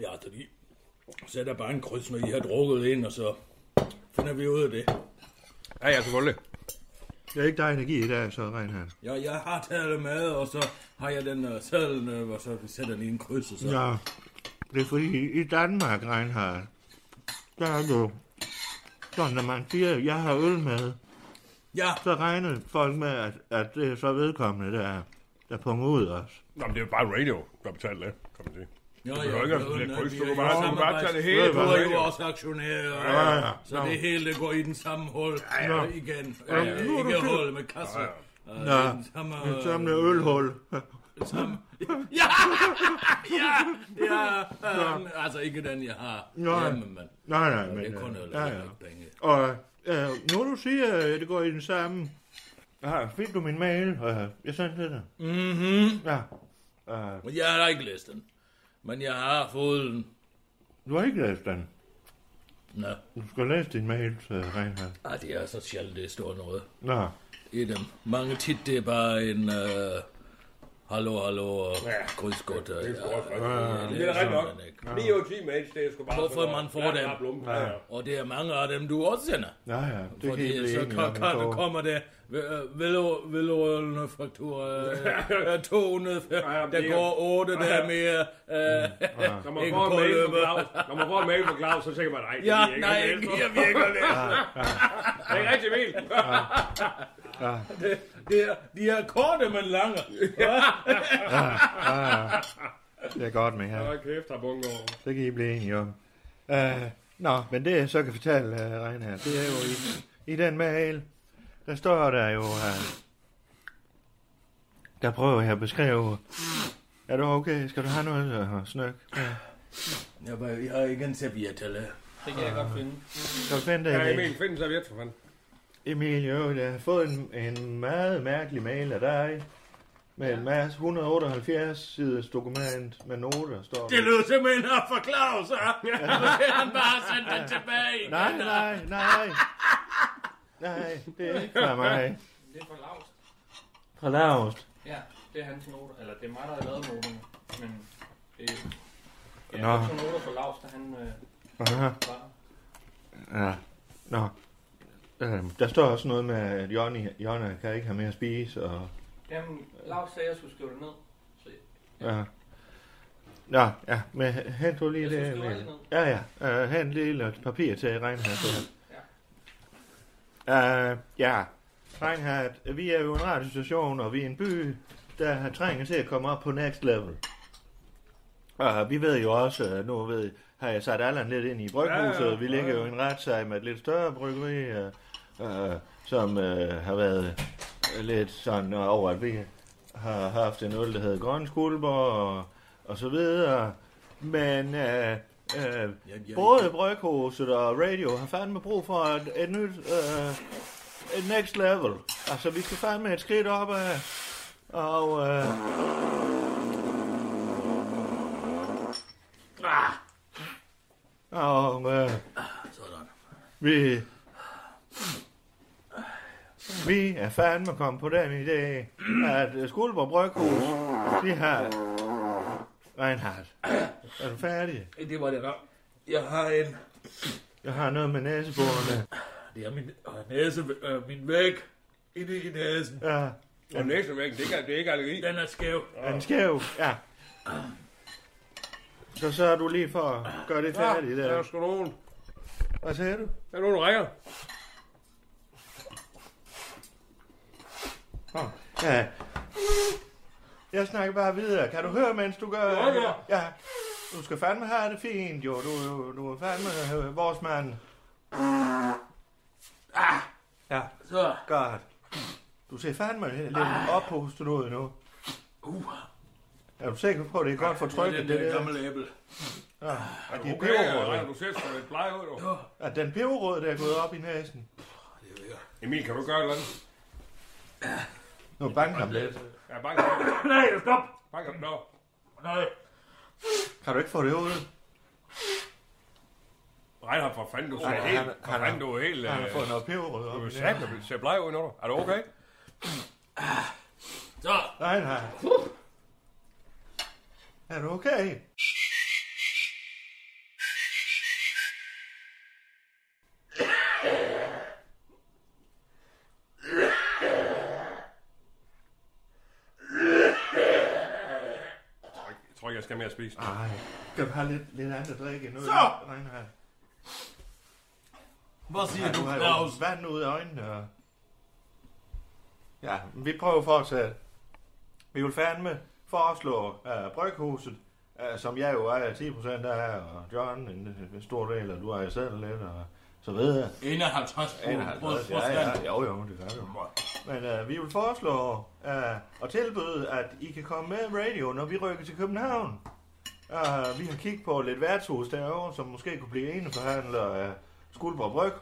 Ja, så de sætter bare en kryds, når I har drukket ind, og så finder vi ud af det. Ja, ja, selvfølgelig. Det er ikke dig energi i dag, så regn her. Ja, jeg har taget det med, og så har jeg den uh, sædlen, uh, og så sætter den i en kryds, og så... Ja, det er fordi i Danmark, Reinhardt, der er jo sådan, når man siger, at jeg har øl med, ja. så regner folk med, at, at det er så vedkommende, der, der punger ud os. Jamen, det er jo bare radio, der betaler det, kan man sige. Ja, Du behøver ikke at lægge kryds, du kan bare, du kan bare tage det samarbejds- hele Du på er jo radio. også aktionærer, Ja, ja, ja. så det hele det går i den samme hul ja, ja. igen. Ja, Ja, nu er du Ikke fed. hul med kasser. Ja, Ja, ja. Samme, det samme ølhul. samme. Ja, ja, ja, øhm, altså ikke den, jeg har Nej. hjemme, men Nej, nej, men... det er kun øh, øl, ja, ja, ja. ikke penge. Og øh, nu du siger, at det går i den samme... Ja, fik du min mail? Øh, jeg sendte det dig. Mhm, Ja. Øh, men jeg har da ikke læst den, men jeg har fået den. du har ikke læst den. Nå, Du skal læse din mail, så Reinhardt. Ej, det er så sjældent, det står noget. Nå. i dem. Mange tit, det er bare en... Øh, hallo, hallo, og krydsgård. Ja, Det er da rigtigt nok. sådan, ikke? 9 og 10 match, det er sgu bare... Hvorfor sådan man noget. får Ja, dem? bare blum. Ja. Ja, ja. Og det er mange af dem, du også sender. Ja, ja, det kan I Fordi blive så enige om, kan, at kan, dog- kommer det øh, velo- velrørende frakturer, øh, øh, 200, ja, det der er- går 8 der mere. Øh, Når man Ikke får en mail fra påløbet. Claus, når man får en mail fra Claus, så tænker man, nej, det ja, er ikke nej, det. jeg virker det. [laughs] Det er ikke rigtig bil. det er, de er korte, men lange. Det er godt med her. Hold kæft, der bunker over. Det kan I blive enige om. Uh, nå, men det jeg så kan fortælle, uh, Reinhardt, det er jo i, i den mail, der står der jo, uh, der prøver jeg at beskrive, er du okay? Skal du have noget uh, snak? Jeg, var, jeg har ikke en serviet eller... Det kan jeg godt finde. Skal du finde Ja, det? Emil, Emil? find en serviet for fanden. Emil, jo, jeg har fået en, en meget mærkelig mail af dig. Med en masse 178 siders dokument med noter, står Det der. lød simpelthen op for Claus, [laughs] ja. Så kan han bare sende den tilbage. igen. Nej, nej, nej. Nej, det er ikke fra mig. Det er for lavt. Fra Laust. Ja, det er hans noter. Eller det er mig, der har lavet noterne. Men det er... Ja, Nå. Nå. Så noter for Lars, da han øh, Aha. var. Ja. Nå. Øhm, der står også noget med, at Johnny, Jonna kan ikke have mere at spise, og... Jamen, Lars sagde, at jeg skulle skrive det ned. Så Ja. Nå, ja, men hent du lige Jeg det. synes, det var Emil. alt ned. Ja, ja. Uh, hent lige lidt papir til Reinhardt. Ja. Uh, ja. Reinhardt, vi er jo en radiostation, og vi er en by, der har trænger til at komme op på next level. Og vi ved jo også, øh, nu ved, har jeg sat Allan lidt ind i bryghuset, Ja, ja, vi ja, ligger ja. jo i en retssag med et lidt større bryggeri, øh, øh, som øh, har været lidt sådan øh, over, at vi har haft en øl, der hedder Grøn Skuldborg og, og så videre. Men øh, øh, Jamen, jeg- både bryghuset og radio har fandme brug for et, et nyt, øh, et next level. Altså, vi skal fandme et skridt op af, og... Øh, Og øh, Sådan. vi... Vi er fandme kommet på den idé, at øh, Skuldborg Bryghus, de har... Reinhardt. Er du færdig? Det var det nok. Jeg har en... Jeg har noget med næseborene. Det er min øh, næse, øh, min væg inde i næsen. Ja. Og næste væk, det, kan, det er ikke allergi. Den er skæv. Er den skæv? Ja. Så så er du lige for at gøre det færdigt der er der. sgu nogen. Hvad sagde du? Der er nogen, der ringer. Nå, Ja. Jeg snakker bare videre. Kan du høre, mens du gør... Ja, ja. ja. Du skal fandme have det fint, jo. Du, du, du er fandme øh, vores mand. Ah. Ja, Så, godt. Du ser fandme lidt oppustet ud nu. uh, Er du sikker på, at det er godt for det er trykket, den det der der? gamle æble. At, de Okay, ja, peberrød, ja, du ser sgu lidt bleg ud. du. at den peberrød, der er gået op i næsen. Emil, kan du gøre et eller andet? Nu banker ham lidt. Ja, bank ham. Nej, stop! Bank ham dog. Nej. Kan du ikke få det ud? Reinhard, for fanden, du ser han- helt... han- For han- fanden, du er helt... Han har øh, fået noget peberrød Du op er i sat, næsen. du ser bleg ud, når du. Er du okay? Så, Nej, nej. Er du okay? Jeg tror ikke, jeg skal mere spise. Nej. Skal vi have lidt, lidt andet at drikke endnu? Så! Reinhard. hvad siger Ja, du, du har Claus? jo vand ud af øjnene. Og... Ja, men vi prøver at fortsætte. Vi vil fandme foreslå uh, Bryghuset, uh, som jeg jo ejer 10% af, og John en, en stor del, og du ejer selv lidt, og så videre. 51 51, ja, ja, jo, jo, det gør det jo. Men øh, vi vil foreslå øh, at tilbyde, at I kan komme med i radio, når vi rykker til København. Øh, vi har kigget på lidt værtshus derovre, som måske kunne blive eneforhandler af Skuldborg Bryg.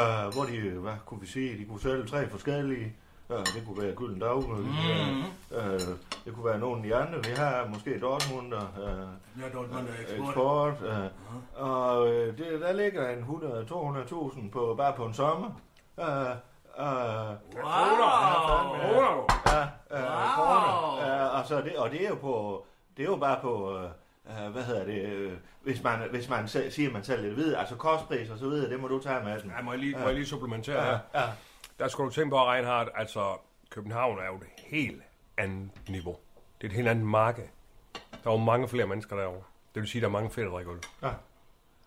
Øh, hvor de, hvad kunne vi sige, de kunne sælge tre forskellige. Øh, det kunne være Gylden Dag, mm. øh, øh, det kunne være nogen af de andre. Vi har måske Dortmund og øh, Ja, dog, man er eksport. eksport. Øh, og øh, det, der ligger en 100-200.000 på, bare på en sommer. Øh, øh, Ah, Wow! Kroner, du. Ja, øh, Wow. kroner. Ja, og, så det, og det er jo på, det er jo bare på, øh, øh, hvad hedder det, øh, hvis man, hvis man selv, siger, man selv lidt ved, altså kostpris og så videre, det må du tage med den. Ja, må jeg lige, må jeg lige supplementere her? Ja, ja. Der skulle du tænke på, Reinhardt, altså København er jo et helt andet niveau. Det er et helt andet marked. Der er jo mange flere mennesker derovre. Det vil sige, at der er mange flere, der drikker øl.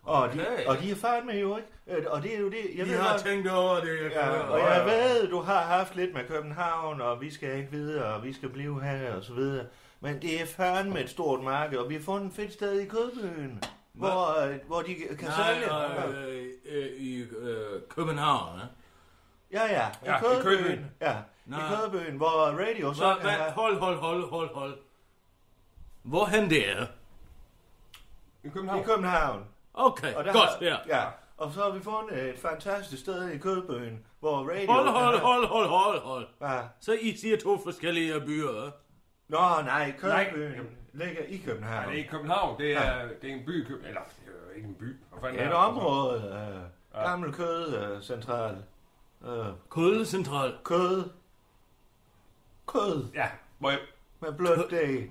Og, de, Okay. og de er fandme jo ikke, øh, og det er jo det, jeg Vi ved har godt- tænkt over det, jeg kan Ja, og høre. jeg ved, du har haft lidt med København, og vi skal ikke videre, og vi skal blive her, og så videre. Men det er fandme et stort marked, og vi har fundet et fedt sted i Kødbyen, hvor, øh, hvor de kan Nej, sælge. øh, øh, i øh, København, ja. Ja, ja, i Ja, i Kødbyen. Kødbyen. Ja, Nå. i Kødbyen, hvor radio så... Hva, hva, hold, hold, hold, hold, hold. Hvorhen det er? I Ja, I København? København. Okay, Og der godt, har- ja. ja. Og så har vi fundet et fantastisk sted i Kødbyen, hvor radio... Hold, hold, hold, hold, hold, hold. Ja. Så I siger to forskellige byer, ja? Nå, nej, Kødbyen ligger i København. Ja, det er i København. Det er, det er en by i København. Eller, det er jo ikke en by. Hvad fanden Et er det? område, øh, gammel kødcentral. Øh, Kødecentral. kød. Kød Ja, hvor jeg, med blødt D.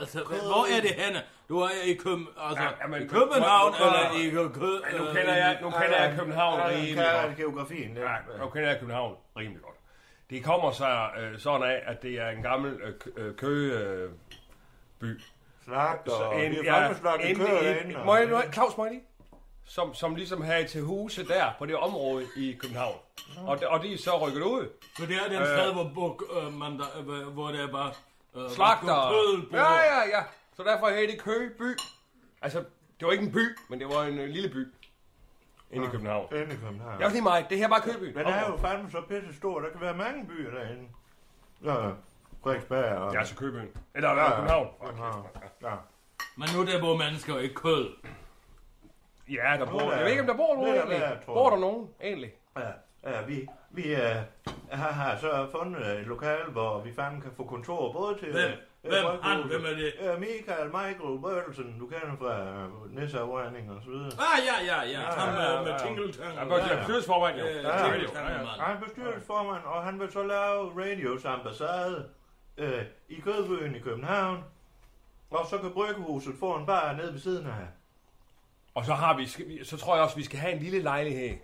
Altså, hvor er det henne? Du er i, Køben, altså, Ja, men- i København, hvor- hvor- eller i Kø... ja, nu kender jeg, nu kender jeg København Jeg rimelig Øh, kan godt. geografien. Det. Ja, nu kender jeg København rimelig godt. Det kommer så øh, sådan af, at det er en gammel øh, kø- øh, kø, øh, by. Slagt og... en- Vi har ja, fandme snakket en- kød en- derinde, og- Må jeg nu, Claus, må jeg lige? Som, som ligesom havde til huse der, på det område i København. Mhm. Og, de- og de er så rykket ud. Så det er den sted, hvor, hvor, øh, man, der, øh, hvor det er bare... Øh, Slagter. Kødbord. Ja, ja, ja. Så derfor hed det Køgeby. Altså, det var ikke en by, men det var en øh, lille by. Inde i København. Det Inde i København. er også lige mig. Det her er bare Køgeby. Men det er jo fandme så pisse stor. Der kan være mange byer derinde. Ja, Frederiksberg og... Ja, så Køgeby. Eller hvad? København. København. Ja. Men nu der bor mennesker og ikke kød. Ja, der Nu er bor... der- Jeg ved ikke, om der bor nogen Lidt af hver, egentlig. tror jeg. Bor der nogen egentlig? Ja, ja, vi, vi øh, har, har så fundet et lokale, hvor vi fandme kan få kontor både til... Hvem? øh, Hvem? Bryghuset. Han? Hvem er det? Øh, Michael, Michael Bøjelsen, du kender fra øh, Nisseafregning og så videre. Ah, ja, ja, ja. Ham ja, ja, med, med ja. tingeltang. Der bor til bestyrelsesformand, jo. Ja, ja, Det er jo. tingeltang, mand. Han er bestyrelsesformand, og han vil så lave radios ambassade øh, i Kødbyen i København. Og så kan bryggehuset få en bar nede ved siden af. Og så, har vi, skal vi- så tror jeg også, vi skal have en lille lejlighed,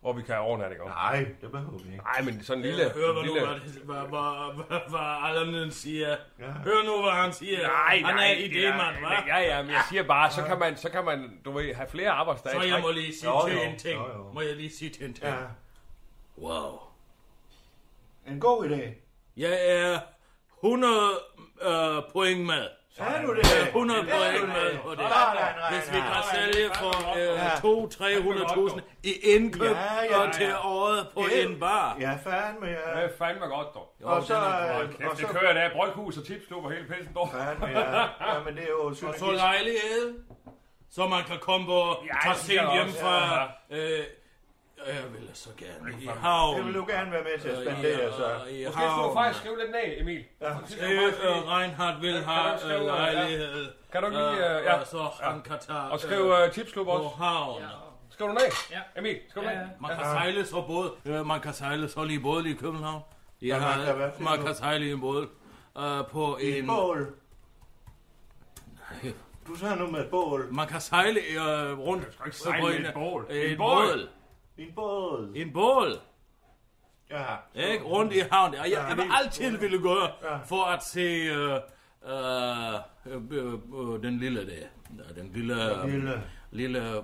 hvor vi kan overnatte. ikke? Nej, det behøver vi ikke. Nej, men sådan en lille... Lille, hør, hvad, en nu, lille... hvad, hvad, hvad, hvad, hvad Allan siger. Ja. Hør nu, hvad han siger. Nej, nej, han er det idémand, hva'? Ja, ja, men jeg siger bare, så kan man, så kan man du ved, have flere arbejdsdage. Så i jeg må træk. lige sige Jo, til jo, en ting. jo, jo. Må jeg lige sige til en ting? Ja, Wow. en god idé. Jeg er 100 øh, point med. Er du det? Jeg er 100 Er du point med det? på det. Nej, nej, nej, Hvis vi nej. kan sælge for Ja. øh, 200-300.000 i indkøb Ja, ja, og til ja. året på Det- en bar. Ja, fandme, ja. Det er fandme godt, dog. Jo, Og så, den er- øh, Hold kæft, og det så, kører der. Bryghus og tipsklub og hele pissen, dog. [laughs] fandme, ja. ja. men det er jo Og så synergi. lejlighed, så man kan komme på Ja, tage det synes jeg sent hjem også, fra... Øh, jeg vil så gerne i havn. Øh, Det vil du gerne være med til at spendere, altså. så. I Måske skulle du havn. faktisk skrive lidt ned, Emil. Måske skulle du Øh, faktisk øh, lige- Reinhardt vil Kan have du skrive, øh, øh, ja. lejlighed. Kan du ikke lige... øh, ja. Ja, Og så han kan tage... og skrive øh, tipsklub på også. havn. Skriv du ned? Ja. Emil, skriv du Ja, ned? ja. Man kan sejle så både... Øh, man kan sejle så lige både i København. Jeg man har, kan hvad for man noget? kan sejle i en båd. Øh, på en... Bål. Du sagde noget med et bål. Man kan sejle øh, rundt ikke sejle på i et bål. I et En båd. båd. En bål. En båd. Ja. Ikke? Rundt i havnen. Og jeg, jeg vil helt altid ville gå Ja. for at se øh, øh, øh, øh, den lille der. Ja, Den lille... øh, Lille. Lille... Øh,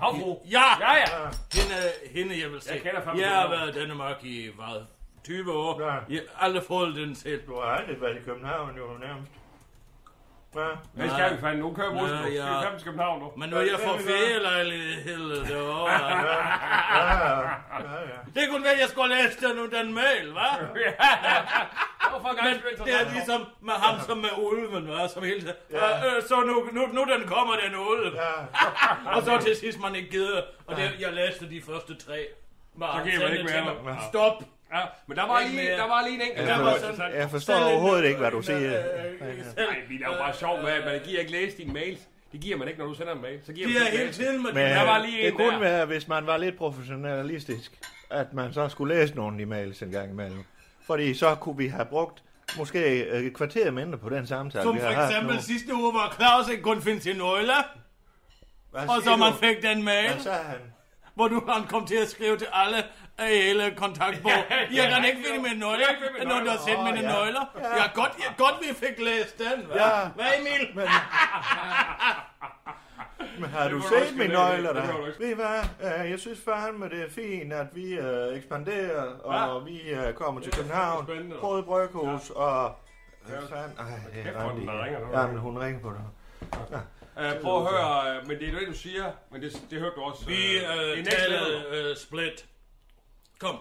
Havfru. Ja! Ja, ja. Hende, hende jeg vil se. Jeg kender fandme jeg den har navn. været i Danmark i, hvad, 20 år. Ja. Jeg har aldrig fået den set. Du har aldrig været i København, jo nærmest. Ja. Hvad skal vi fandme? Nu kører bussen. Nej, Skal vi ja. fandme til København nu? Men når jeg får Hvad vil vi gøre? ferielejlighed derovre... Ja, ja, ja. det kunne være, jeg skulle læse den, den mail, hva'? Hvorfor gang Men skal vi til det er København? ligesom med ham som med ulven, hva? som hele tiden. Ja. Øh, så nu, nu, nu den kommer den ulv. Ja. [laughs] Og så til sidst man ikke gider. Og det, jeg læste de første tre. Var Så giver man ikke mere, Stop. Ja, men der var Ikke lige, mere. der var lige en enkelt. Ja, der for- var Altså, sådan- Jeg forstår Selv en- øh, overhovedet ikke, hvad du siger. Nej, vi er jo bare sjov med, at man giver ikke læse dine mails. Det giver man ikke, når du sender en mail. Så giver De man er ikke hele læse. tiden med Men den. Der var lige det en kunne der. være, hvis man var lidt professionalistisk, at man så skulle læse nogle e-mails en gang imellem. Fordi så kunne vi have brugt måske øh, et kvarter mindre på den samtale, Som vi for har haft nu. eksempel sidste uge, hvor Claus ikke kunne finde sin nøgle, Hvad og siger så man du? fik den mail, Hvad sagde han? hvor du han kom til at skrive til alle i hele kontaktbog. Jeg kan ikke finde min nøgle, Jeg kan ikke finde min når du har sendt nøgle." mine Åh, ja. nøgler. Jeg er godt, jeg er godt, vi fik læst den, hva'? Ja. Hvad Emil? Men, men har du må du set ikke mine lægge. nøgler Det der? må du ikke. Ved I hvad? Øh, Jeg synes fandme, det er fint, at vi øh, ekspanderer, og vi øh, kommer til København. spændende. Både Bryghus og... Øh, Ja. fandme- Ej, det Kæft, er hvor den Randi. ringer, der. Jamen, hun ringer på dig. Øh, prøv at høre, øh, men det er jo det, du siger, men det, det hørte du også. Vi i øh, næste talede level. øh, split. Kom.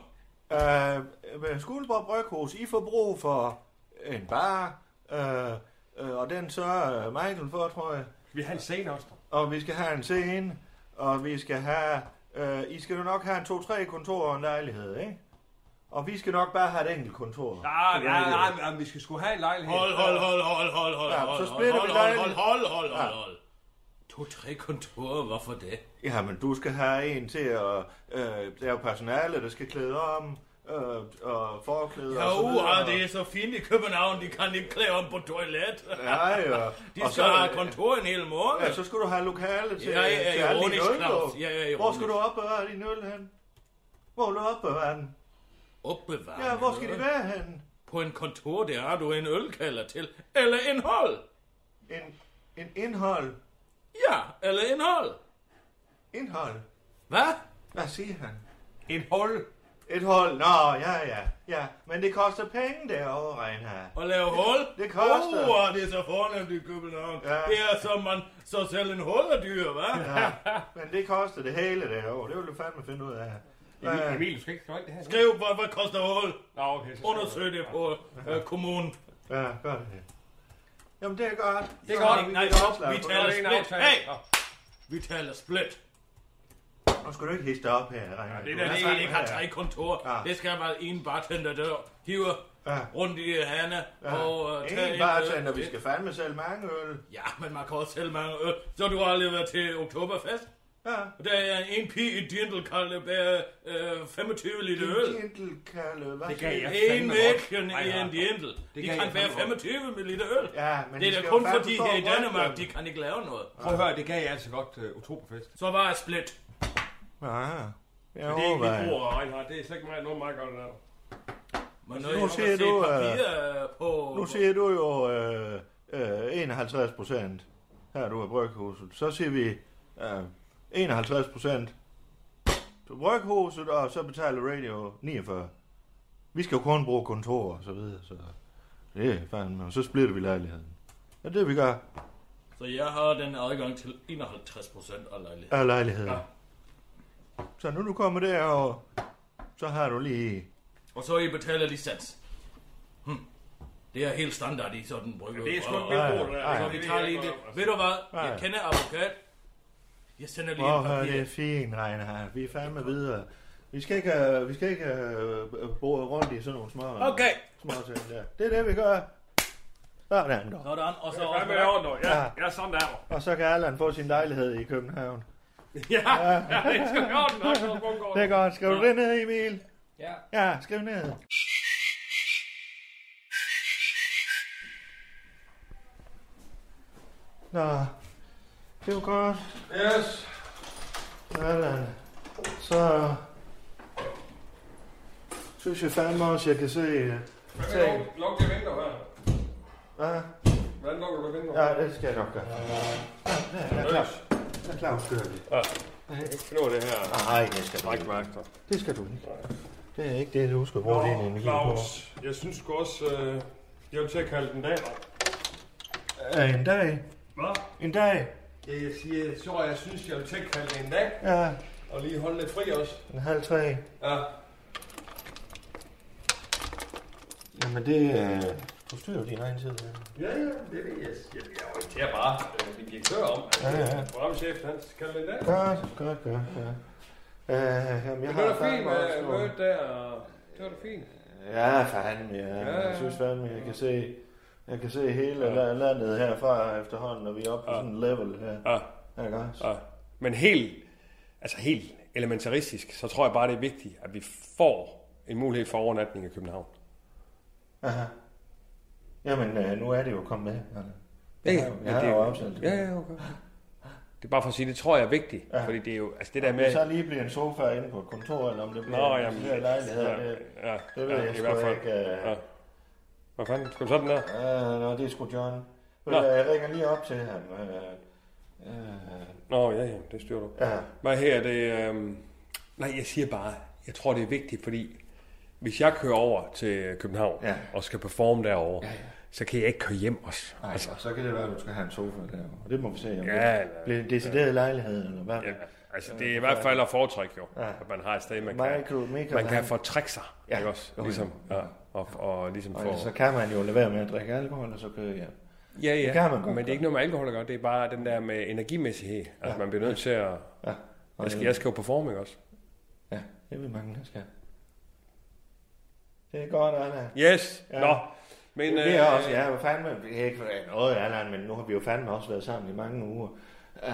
Øh, Skuldborg Bryghus, I får brug for en bar, øh, øh, og den så øh, Michael for, tror jeg. Vi har en scene også. og vi skal have en scene, og vi skal have... Øh, I skal jo nok have en 2-3 kontor og en lejlighed, ikke? Og vi skal nok bare have et enkelt kontor. Nej, nej, nej, nej, vi skal sgu have en lejlighed. Hold, hold, hold, hold, hold, hold, Ja, hold, så hold, splitter hold, vi hold, hold, lejligheden. hold, hold, hold, Ja. hold. To-tre kontorer, hvorfor det? Jamen, du skal have en til at øh, lave personale, der skal klæde om, øh, og forklæde Ja, og så uha, det videre. er så fint i København, de kan ikke klæde om på toilet. Ja, ja. [laughs] De skal have kontor en hel måned. Ja, så skal du have lokale til, Ja, ja, til ja, alle ironisk, dine øl, Claus. jo. Ja, ja, Hvor skal ironisk. du opbevare din øl hen? Hvor vil du opbevare den? Opbevare. Ja, hvor skal noget. de være hen? På en kontor, der har du en ølkælder til. Eller en hold. En, en indhold. Ja, eller en hold. Indhold. Hvad? Hvad siger han? En hold. Et hold? Nå, ja, ja, ja. Men det koster penge derovre, Reinhard. At lave hul? det koster. Uh, det er så fornemt i København. Ja. Det er som man så selv en hul er dyr, hva'? Ja. Men det koster det hele derovre. Det vil du fandme finde ud af. Emil, Ja. Emil, du skal ikke skrive det her. Skriv, hvad, hvad koster hul? Nå, okay. Så Undersøg det på øh, kommunen. Ja, gør det. Jamen, det er godt. Det er godt. Nej, opslag vi på taler det er en split. aftale. Hey, Nå. vi taler split. Nu skal du ikke hisse dig op her, Reinhard. Det Du der, er det fandme ikke har her. tre kontorer. Ja. Det skal være en bartender, der hiver Ja. rundt i hane og øh, tager En bartender, øl. vi skal fandme sælge mange øl. Ja, men man kan også sælge mange øl. Så du har aldrig været til Oktoberfest? Ja. Og der er en pige i Dintelkalle bærer øh, 25 liter øl. Dintelkalle, hvad? Det kan jeg En fandme godt. vækken Ej, i en ja. Dintel. De kan jeg kan bære fandme 25 liter øl. Ja, men Det de er da skal kun jo fandme fordi for her i at røgte Danmark, dem. de kan ikke lave noget. Prøv at høre, det kan jeg altså godt øh, uh, Oktoberfest. Så var jeg split. Ja, jeg Det er ikke mit overvejer. ord, Reinhardt. Det er slet ikke mig, noget meget godt. Der. Men nu siger se du, øh, papirer på... Nu siger du jo øh, øh, 51 procent, her du er bryghuset. Så siger vi øh, 51 procent til bryghuset, og så betaler radio 49. Vi skal jo kun bruge kontor og så videre, så det er fandme. Og så splitter vi lejligheden. Ja, det vi gør Så jeg har den adgang til 51 procent af lejligheden. af lejligheden. Så nu du kommer der, og så har du lige... Og så I betaler licens. Hm. Det er helt standard i sådan en brygge. Det er sgu Og- ikke mit Ej, ord, der. ej. Så og vi tager lige det. Ved du hvad? Jeg Nej. kender advokat. Jeg sender lige Åh, en hør, det er papir. fint, Reinhard. Vi er fandme videre. Vi skal ikke, øh, vi skal ikke uh, bo rundt i sådan nogle små... Okay. Små ting der. Det er det, vi gør. Sådan der. Sådan, og så... Hvad med det ordentligt? Ja, Ja. ja, sådan der. Og så kan Allan få sin lejlighed i København. Ja, ja, det skal vi ordentligt. Lars Løkke Bunkegaard. Det er godt. Skriv det ned, Emil. Ja. Ja, skriv ned. Nå, det var godt. Yes. Allan. Så synes jeg fandme også, jeg kan se... øh, ting. Luk det vinduer her. Ja, Hvordan lukker du vinduer? ja, det skal jeg nok gøre. Ja, Claus. Ja, Claus gør det. Nu er det her. Nej, det skal du ikke. Magter. Det skal du ikke. Det er ikke det, du skal bruge din energi på. Claus, jeg synes sgu også, øh, jeg vil til at kalde den dag. Ja, en dag. Hvad? En dag. Ja, jeg siger, så jeg synes, jeg vil til at kalde det en dag. Ja, Og lige holde lidt fri også. en halv tre. Ja. Jamen det... Øh... Du styrer jo din egen tid. Ja. Ja, ja, det ved jeg. Jeg, jeg orienterer bare øh, min direktør om, at Ja, ja. programchef, han skal kalde den dag. Godt, godt, godt, godt. Øh, jamen, jeg Det var har da fint fandme også med nogle- mødet der. og- Det var da fint. Ja, fandme, ja. Ja, Jeg ja. synes fandme, jeg kan se... Jeg kan se hele la- landet herfra efterhånden, og vi er oppe på sådan en level her. Ja, Ja, godt. ja. Men helt, altså helt elementaristisk, så tror jeg bare, det er vigtigt, at vi får en mulighed for overnatning i København. Aha. Jamen, øh, nu er det jo kommet med. Allan. Ja, Jeg har- men jeg har det- jo aftalt det. Ja, ja, okay. Det er bare for at sige, det tror jeg er vigtigt, ja. fordi det er jo, altså det der Om det med... så lige bliver en sofa inde på et kontor, eller om det bliver Nå, en jamen, lille lejlighed, ja, det, ja, det ved ja, jeg i sgu hvert fald. ikke. øh. Ja. Hvad fanden, skal du sådan der? Ja, nå, det er sgu John. Ved Nå. du, jeg ringer lige op til ham. øh, øh, Nå, ja, ja, det styrer du. Ja, Hvad her er det... Øhm... Nej, jeg siger bare, jeg tror, det er vigtigt, fordi hvis jeg kører over til København Ja. og skal performe derovre, ja, ja. så kan jeg ikke køre hjem også. Ej, altså, så kan det være, at du skal have en sofa derovre. Og det må vi se, om Ja, det eller- bliver en decideret lejlighed, eller hvad? Ja, altså det er i hvert fald at foretrække jo, Ja. at man har et sted, man kan, Michael, Michael, man kan han- fortrække sig, Ja. ikke også? Jo, jo. Ligesom, ja, og, og ligesom Og få... ellers så kan man jo lade være med at drikke alkohol, og så køre hjem. Ja, ja, Det kan man godt men det er ikke noget med alkohol at gøre, det er bare den der med energimæssighed, at altså, man bliver nødt til at... Ja, og Jeg skal, jeg skal jo performe, ikke også? ja det vil mange, der skal. Det er godt, Anna. Yes! Ja. Nå! Men, øh, Men, vi har også, ja, fandme, ikke noget andet, men nu har vi jo fandme også været sammen i mange uger, øh,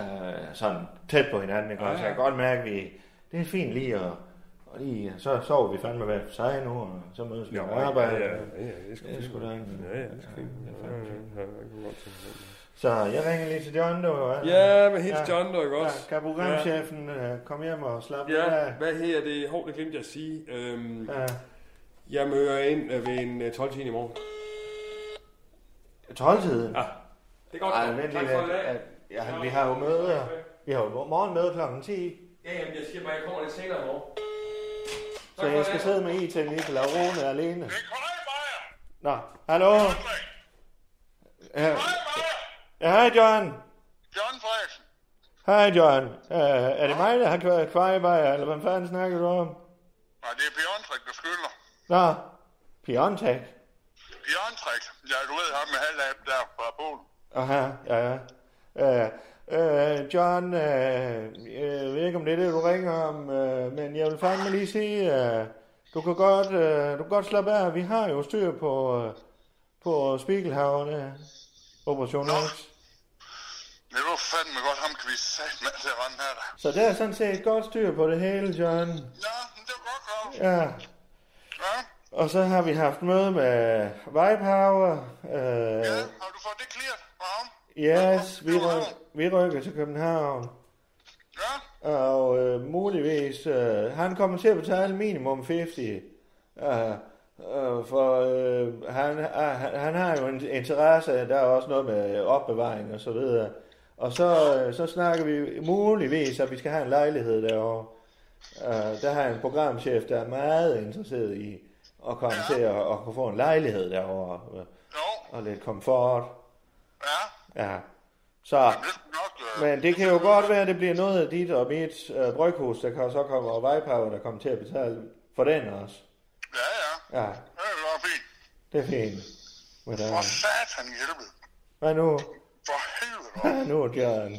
sådan tæt på hinanden, ikke? Ja, ja. Så jeg kan godt mærke, at vi, det er fint lige, og, og lige, så sover vi fandme hver for sig nu, og så mødes vi Ja, på arbejde. ja, ja, ja, det er sgu Det er sgu da en- Ja, ja, det er sgu det er ja, fandme ja, fint. ja, jeg kan godt tænke mig. Så jeg ringer lige til John, du. og- Ja, men helt Ja. John, der, ikke Ja, også? kan programchefen øh, komme hjem og slappe lidt Ja, af? Øh, hvad her det? Hov, det glemte jeg at sige. Øhm, Ja. jeg møder ind øh, ved en 12 time i morgen. 12-tiden? Ja. Det er godt. Ej, vent tak lige for i lidt. dag. at- Ja, vi har jo møde. Vi har jo morgenmøde kl. 10. Ja, jamen, jeg siger bare, jeg kommer lidt senere i morgen. Så jeg skal sidde med IT lige til Rune alene. Nikolaj Beyer! Nå, hallo? Øh, Frederik! Ja, Nikolaj ja, Beyer! hej John. John Frederiksen. Hej John. Øh, er det mig, der har kvæ- kvejebejer, eller hvad fanden snakker du om? Nej, det er Bjørn Trik, der skylder. Nå, Piontech. Bjørn Trik. Ja, du ved ham med halvdagen der fra Polen. Aha, ja, ja. Øh, øh, John, øh, jeg ved ikke, om det er det, du ringer om, øh, men jeg vil fandme lige sige, øh, du kan godt, øh, du kan godt slappe af. Vi har jo styr på, øh, på Spiegelhavn, øh, Operation X. Nå. Det var fandme godt ham, kan vi sætte med til at rende her. da. Så der er sådan set godt styr på det hele, John. Nå, men det var godt, Claus. Ja. Ja. Og så har vi haft møde med Vejpower. ja, Øh, har du fået det clearet fra ham? yes, vi, ryk, vi rykker til København. Ja, Og øh, muligvis, øh, han kommer til at betale minimum 50. Øh, øh, for øh, han, øh, han, han har jo en interesse, der er også noget med opbevaring og så videre. Og så, øh, så snakker vi muligvis, at vi skal have en lejlighed derovre. Øh, der har jeg en programchef, der er meget interesseret i at komme til at, at kunne få en lejlighed derovre. Øh, jo, og lidt komfort. ja. Ja. Så, Det skulle nok... Øh, men det kan jo godt være, at det bliver noget af dit og mit øh, bryghus, der kan så komme, og Vejpower, der kommer til at betale for den også. Ja, ja. Ja, Det er nok fint. det er fint. Men, øh, For satan i helvede. hvad nu? For helvede, Hvad dog. nu, Jørgen?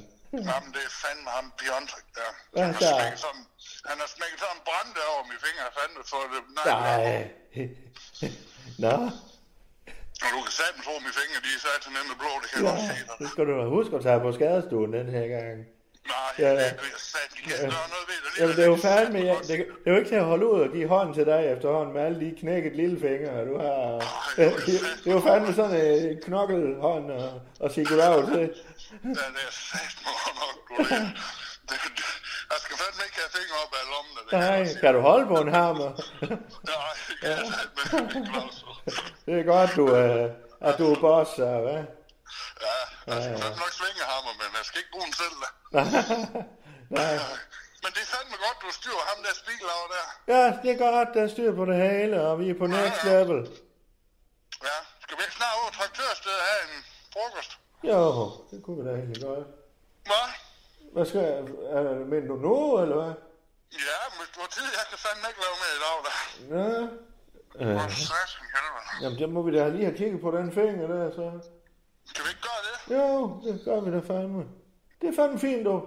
Jamen, det er fandme ham Bjørntrik der. Hvad Han har så? smækket sådan, han har smækket sådan en brand der over min finger, fandme, så det... Nej, nej. Nej. [laughs] Nå, Og du kan satme tro, at mine fingre, de er satan nemme blå, det kan jeg ja, godt se. dig. nu skal du da huske at tage på skadestuen den her gang. Nej, Ja, ja. ja, ja. det er satan, de kan ikke gøre noget ved det. Jamen, det er jo fandme, jeg... jeg, det, det er jo ikke til at holde ud og give hånden til dig efterhånden med alle de knækket lillefingre, du har. Det, det er jo fandme sådan en knokkelhånd og, og Sigurd Arv til. Ja, det er satme godt nok, du [laughs] det- det- det- Jeg skal fandme ikke have fingre op af lommen, det kan Nej, jeg sige. kan du holde på en hammer? Nej, det kan jeg satme ikke, Claus. Det er godt, du, øh, at du er boss, så [laughs] hvad? Ja, jeg skal fandme nok svinge hammer, men jeg skal ikke bruge den selv, da. Nej. Men det er fandme godt, du styrer ham der spiklaver der. Ja, det er godt, der er styr på det hele, og vi er på next level. Ja, skal vi ikke snart over traktørstedet og have en frokost? Jo, det kunne vi da egentlig godt. Hva? Hvad skal jeg, øh, mener du nu, eller hvad? Ja, men hvis du har tid, jeg kan fandme ikke lave med i dag, da. Nå, For satan i helvede. jamen det må vi da lige have kigget på den finger der, så. Skal vi ikke gøre det? Jo, det gør vi da fandme. Det er fandme fint, du.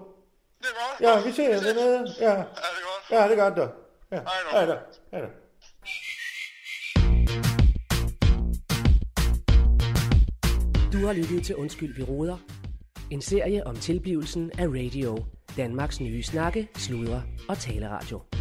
Det er godt. Ja, vi ser dernede. Ja, Ja, det er godt. ja det er godt, du. Ja, Hej nu. hej da. Hej da. Du har lyttet til Undskyld, vi råder. En serie om tilblivelsen af radio. Danmarks nye snakke, sludre og taleradio.